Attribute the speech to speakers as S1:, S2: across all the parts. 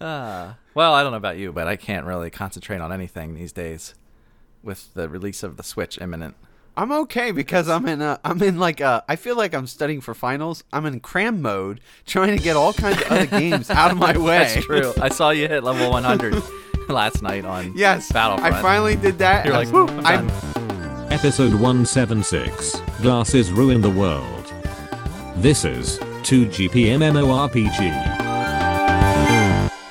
S1: Uh, well, I don't know about you, but I can't really concentrate on anything these days with the release of the Switch imminent.
S2: I'm okay because I'm in a I'm in like a I feel like I'm studying for finals. I'm in cram mode, trying to get all kinds of other games out of my way.
S1: That's true. I saw you hit level 100 last night on
S2: Yes,
S1: Battlefront.
S2: I finally did that.
S1: You're
S2: and
S1: like,
S2: I was-
S1: "Woo, I'm
S2: I'm,
S1: done."
S3: Episode 176 Glasses Ruin the World. This is 2GPMMORPG.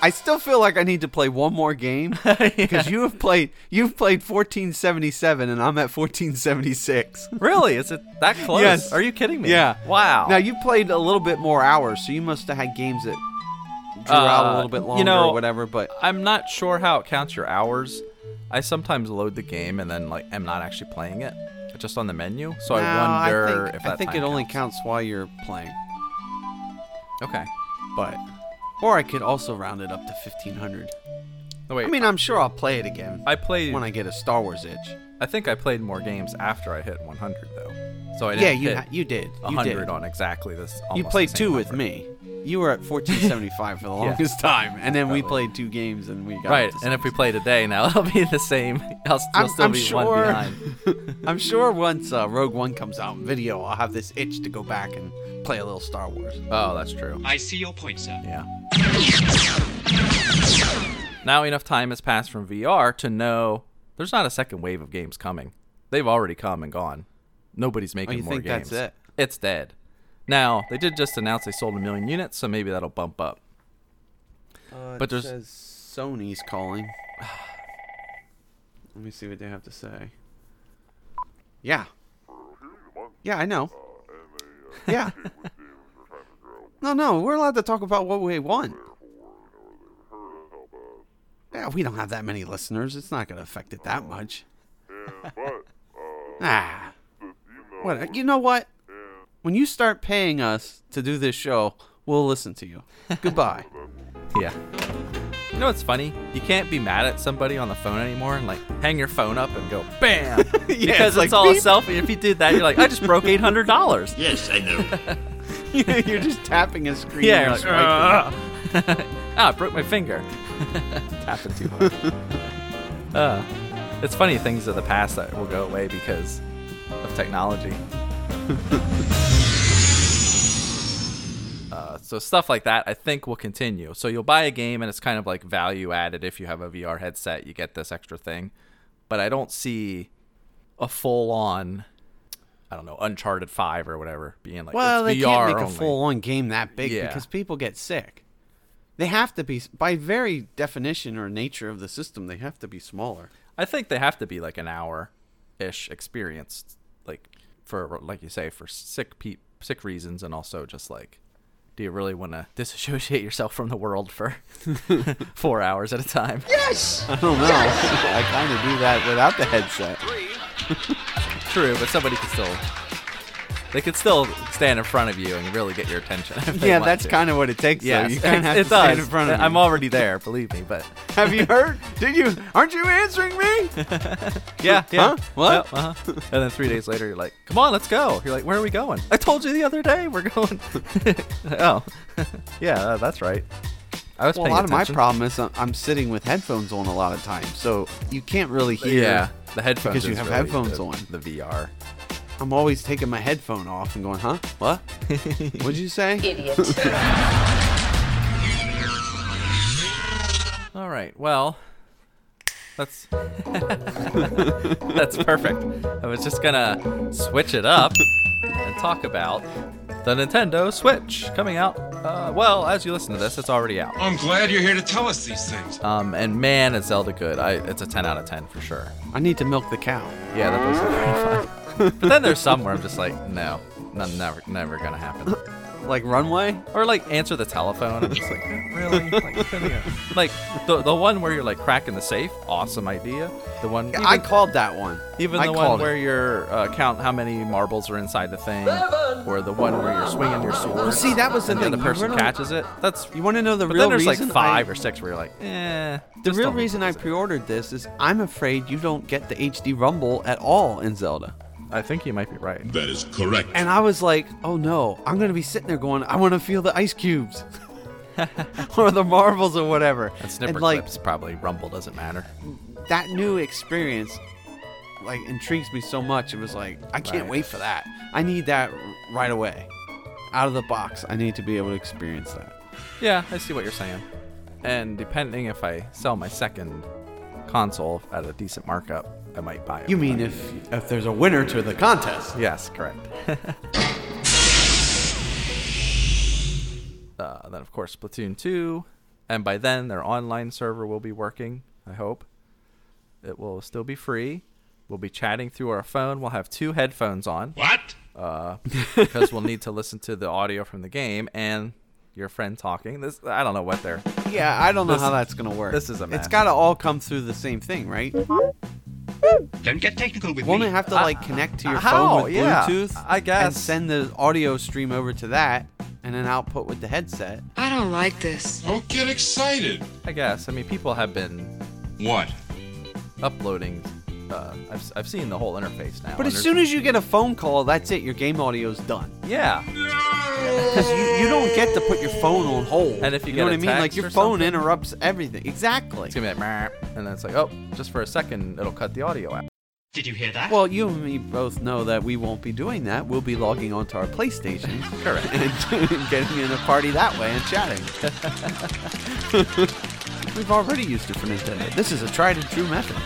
S2: I still feel like I need to play one more game because you have played you've played 1477 and I'm at 1476.
S1: Really? Is it that close?
S2: Yes.
S1: Are you kidding me?
S2: Yeah.
S1: Wow.
S2: Now you played a little bit more hours, so you must have had games that drew out a
S1: Uh,
S2: little bit
S1: you
S2: longer
S1: know,
S2: or whatever. But
S1: I'm not sure how it counts your hours. I sometimes load the game and then like am not actually playing it, just on the menu. So
S2: No,
S1: I wonder
S2: I think,
S1: if that
S2: I think
S1: time
S2: it only counts while you're playing.
S1: Okay.
S2: But or I could also round it up to 1500.
S1: No, wait.
S2: I mean, I'm sure I'll play it again
S1: I played.
S2: when I get a Star Wars itch.
S1: I think I played more games after I hit 100 though. So I didn't
S2: Yeah, you
S1: hit
S2: ha- you did. You
S1: 100
S2: did.
S1: on exactly this.
S2: You
S1: almost
S2: played
S1: the same
S2: two with
S1: number.
S2: me. You were at 1475 for the longest time, and then we
S1: Probably.
S2: played two games, and we got
S1: Right,
S2: up to
S1: and if we
S2: 16.
S1: play today now, it'll be the same. I'll still,
S2: I'm,
S1: still
S2: I'm
S1: be one
S2: sure.
S1: behind.
S2: I'm sure once uh, Rogue One comes out in video, I'll have this itch to go back and play a little Star Wars.
S1: Oh, that's true.
S4: I see your point, sir.
S1: Yeah. Now enough time has passed from VR to know there's not a second wave of games coming. They've already come and gone. Nobody's making
S2: Oh, you
S1: more
S2: think
S1: games.
S2: that's it?
S1: It's dead. Now they did just announce they sold a million units, so maybe that'll bump up.
S2: Uh,
S1: But
S2: it
S1: there's-
S2: says Sony's calling. Let me see what they have to say. Yeah. Yeah, I know. Yeah. no, no, we're allowed to talk about what we want. Yeah, we don't have that many listeners. It's not going to affect it that much. ah. What, you know what? When you start paying us to do this show, we'll listen to you. Goodbye.
S1: Yeah. You know what's funny? You can't be mad at somebody on the phone anymore and like hang your phone up and go bam because it's,
S2: like,
S1: all
S2: beep.
S1: a selfie. If you did that, you're like, I just broke eight hundred dollars.
S5: Yes, I know.
S2: you're just tapping a screen.
S1: Yeah,
S2: or
S1: you're like,
S2: swiping.
S1: ah, I broke my finger. Tapping too hard. uh, it's funny things of the past that will go away because of technology. uh, so stuff like that, I think, will continue. So you'll buy a game and it's kind of like value added. If you have a VR headset, you get this extra thing. But I don't see a full on. I don't know, Uncharted Five or whatever, being like
S2: well,
S1: it's
S2: they
S1: VR
S2: can't make
S1: only.
S2: a full-on game that big
S1: Yeah.
S2: because people get sick. They have to be, by very definition or nature of the system, they have to be smaller.
S1: I think they have to be like an hour ish experience, like for like you say for sick pe- sick reasons, and also just like, do you really want to disassociate yourself from the world for four hours at a time?
S2: I don't know. I kind of do that without the headset.
S1: True, but somebody could still they could still stand in front of you and really get your attention. if they
S2: Yeah,
S1: want
S2: that's
S1: to.
S2: kind of what it takes.
S1: Yes,
S2: though. you kind of have
S1: it
S2: to stand
S1: does.
S2: in front of.
S1: I'm
S2: me.
S1: already there, believe me. But
S2: Have you heard? Did you? Aren't you answering me?
S1: yeah, yeah,
S2: Huh? What?
S1: Yeah, uh-huh. And then three days later, you're like, "Come on, let's go." You're like, "Where are we going?" I told you the other day we're going. oh, yeah, uh, that's right. I was
S2: Well, a
S1: paying
S2: lot of my
S1: attention.
S2: problem is I'm, I'm sitting with headphones on a lot of times, so you can't really hear.
S1: Yeah, the headphones
S2: because you
S1: is
S2: have
S1: really
S2: headphones
S1: the-
S2: on.
S1: The VR.
S2: I'm always taking my headphone off and going, huh? What? What'd you say?
S6: Idiot.
S1: All right. Well, that's that's perfect. I was just gonna switch it up and talk about the Nintendo Switch coming out. Uh, well, as you listen to this, it's already out.
S7: I'm glad you're here to tell us these things.
S1: Um, and man, is Zelda good. I, it's a 10 out of 10 for sure.
S2: I need to milk the cow.
S1: Yeah, that does look pretty fun. but then there's some where I'm just like, no, no never, never gonna happen.
S2: Like runway?
S1: Or like answer the telephone. I'm just like, "Eh, really? Like, come here. Like, the the one where you're like cracking the safe, awesome idea. The one, even,
S2: I called that one.
S1: even
S2: I
S1: the one
S2: called it.
S1: where you're uh, count how many marbles are inside the thing, or the one where you're swinging your sword.
S2: see, that was the
S1: and
S2: thing.
S1: The other
S2: You
S1: person
S2: really-
S1: catches it. That's
S2: You want to know the
S1: But
S2: real
S1: then there's
S2: reason?
S1: like five
S2: I,
S1: or six where you're like, eh.
S2: the real reason I pre-ordered this is I'm afraid you don't get the HD Rumble at all in Zelda.
S1: I think you might be right.
S5: That is correct.
S2: And I was like, oh no, I'm gonna be sitting there going, I want to feel the ice cubes. or the Marvels or whatever.
S1: And snipper
S2: and like
S1: clips probably rumble doesn't matter.
S2: that new experience, like intrigues me so much. It was like I can't
S1: Right.
S2: wait for that. I need that r- right away, out of the box. I need to be able to experience that.
S1: Yeah, I see what you're saying. And depending if I sell my second console at a decent markup, I might buy it.
S2: You mean if if there's a winner to the contest?
S1: Yes, correct. uh, then, of course, Splatoon 2. And by then, their online server will be working, I hope. It will still be free. We'll be chatting through our phone. We'll have two headphones on
S7: What?
S1: because we'll need to listen to the audio from the game and your friend talking. This I don't know what they're.
S2: Yeah, I don't know
S1: This-
S2: how that's gonna work.
S1: this is a mess.
S2: It's gotta all come through the same thing, right?
S7: Don't get technical with
S2: Won't
S7: me.
S2: it have to like connect to your
S1: how?
S2: phone with
S1: Yeah,
S2: Bluetooth?
S1: I guess.
S2: And send the audio stream over to that, and then output with the headset.
S1: Oh,
S4: I don't like this.
S7: Don't get excited.
S1: I guess. I mean, people have been
S7: What?
S1: uploading. Uh, I've, s- I've seen the whole interface now.
S2: But
S1: and
S2: as
S1: there's-
S2: soon as you get a phone call, that's it. Your game audio's done.
S1: yeah,
S2: Because you, you don't get to put your phone on hold.
S1: And if you
S2: know
S1: get
S2: what
S1: a
S2: I mean, like
S1: text
S2: your
S1: or
S2: phone
S1: something.
S2: interrupts everything. Exactly.
S1: it's gonna be like, "Meh," and then it's like, oh, just for a second, it'll cut the audio out.
S7: Did you hear that?
S2: Well, you and me both know that we won't be doing that. We'll be logging onto our PlayStation
S1: Correct.
S2: and getting in a party that way and chatting. We've already used it for Nintendo. This is a tried and true method.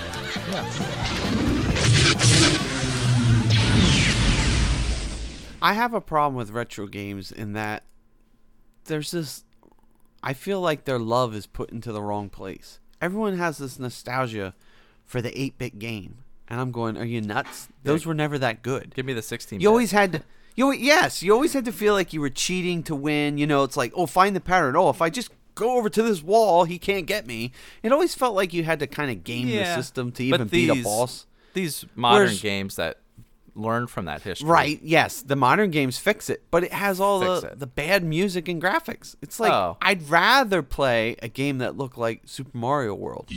S2: I have a problem with retro games in that there's this I feel like their love is put into the wrong place. Everyone has this nostalgia for the 8-bit game, and I'm going, "Are you nuts? Those were never that good."
S1: Give me the 16.
S2: You always had you always, yes, you always had to feel like you were cheating to win. You know, it's like, oh, find the pattern. Oh, if I just go over to this wall, he can't get me. It always felt like you had to kind of game the system to even beat a boss.
S1: These modern
S2: Whereas-
S1: games that learn from that history.
S2: Right, yes. The modern games fix it, but it has all
S1: Fix
S2: the,
S1: it.
S2: the bad music and graphics. It's like
S1: Oh.
S2: I'd rather play a game that looked like Super Mario World.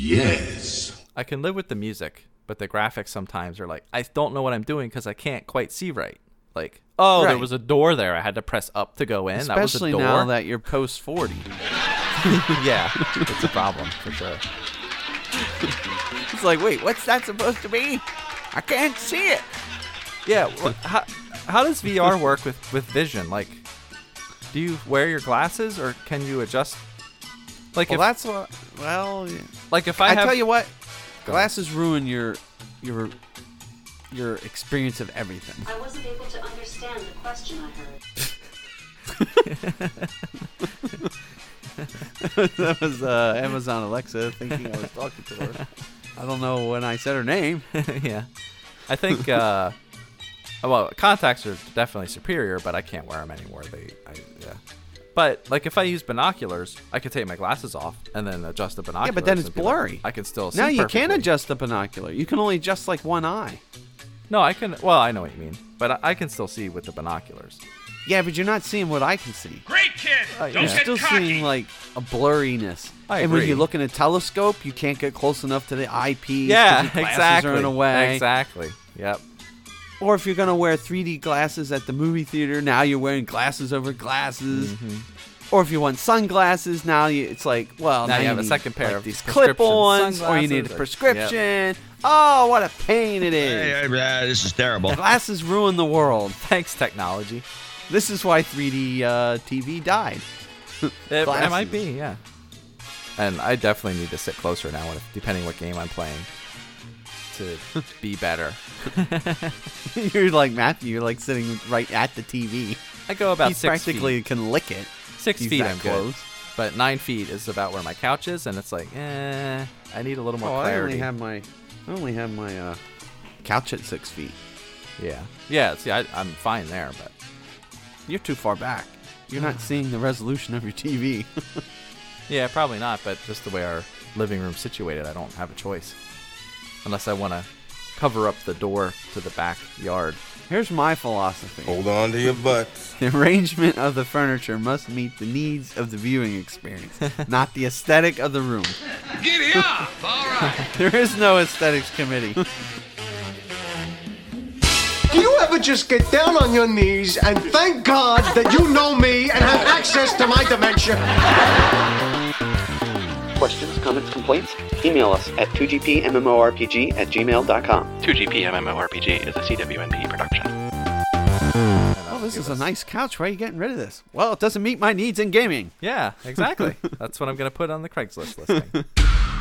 S1: I can live with the music, but the graphics sometimes are like, I don't know what I'm doing because I can't quite see right. Like, oh, there
S2: Right.
S1: was a door there. I had to press up to go in.
S2: Especially
S1: that was a door.
S2: now that you're post 40.
S1: yeah, it's a problem for sure.
S2: It's like, wait, what's that supposed to be? I can't see it.
S1: Yeah, wh- how, how does VR work with, with vision? Like, do you wear your glasses or can you adjust? Like
S2: Well,
S1: if
S2: that's what. Well, yeah.
S1: like if I,
S2: I,
S1: have,
S2: tell you what, glasses ruin your your your experience of everything.
S5: I wasn't able to understand the question I heard.
S2: that was uh, Amazon Alexa thinking I was talking to her. I don't know when I said her name.
S1: yeah, I think uh, well, contacts are definitely superior, but I can't wear them anymore. They, I, yeah. But like if I use binoculars, I could take my glasses off and then adjust the binoculars.
S2: Yeah, but then it's
S1: and be like,
S2: blurry.
S1: I can still see.
S2: No, you can
S1: perfectly.
S2: adjust the binocular. You can only adjust like one eye.
S1: No, I can. Well, I know what you mean, but I, I can still see with the binoculars.
S2: Yeah, but you're not seeing what I can see.
S7: Great kid.
S2: You're uh, still seeing uh, like a blurriness.
S1: I
S2: and when
S1: agree.
S2: you look in a telescope, you can't get close enough to the eyepiece. 'cause
S1: Yeah,
S2: your glasses
S1: exactly.
S2: Are in a way.
S1: Exactly. Yep.
S2: Or if you're gonna wear 3D glasses at the movie theater, now you're wearing glasses over glasses.
S1: Mm-hmm.
S2: Or if you want sunglasses, now you, it's like, well,
S1: Now you have a
S2: need,
S1: second pair
S2: like,
S1: of
S2: these
S1: prescription
S2: clip-ons, or you need
S1: sunglasses,
S2: a
S1: or-
S2: prescription. Oh, what a pain it is!
S6: this is terrible.
S2: Glasses ruin the world.
S1: Thanks, technology.
S2: This is why 3D uh, TV died.
S1: It, it
S2: Glasses.
S1: might be, yeah. And I definitely need to sit closer now, when- depending what game I'm playing, to be better.
S2: you're like Matthew. You're like sitting right at the TV.
S1: I go about
S2: he
S1: six
S2: practically
S1: feet.
S2: can lick it.
S1: Six
S2: He's
S1: feet,
S2: that
S1: I'm good.
S2: close.
S1: But nine feet is about where my couch is, and it's like, eh, I need a little more
S2: Oh, I
S1: clarity.
S2: only have my, I only have my uh, couch at six feet.
S1: yeah, yeah. See, I, I'm fine there, but
S2: You're too far back. You're not seeing the resolution of your TV.
S1: yeah, probably not. But just the way our living room's situated, I don't have a choice, unless I want to cover up the door to the backyard.
S2: Here's my philosophy.
S8: Hold on to your butts.
S2: The arrangement of the furniture must meet the needs of the viewing experience, not the aesthetic of the room.
S7: Giddy up. All right.
S2: There is no aesthetics committee.
S4: Do you ever just get down on your knees and thank God that you know me and have access to my dimension?
S6: Questions, comments, complaints? Email us at 2gpmmorpg at gmail.com.
S8: 2GP MMORPG is a CWNP production.
S1: uh,
S2: Oh, this is a nice couch. Why are you getting rid of this? Well, it doesn't meet my needs in gaming.
S1: Yeah, exactly. That's what I'm gonna put on the Craigslist listing.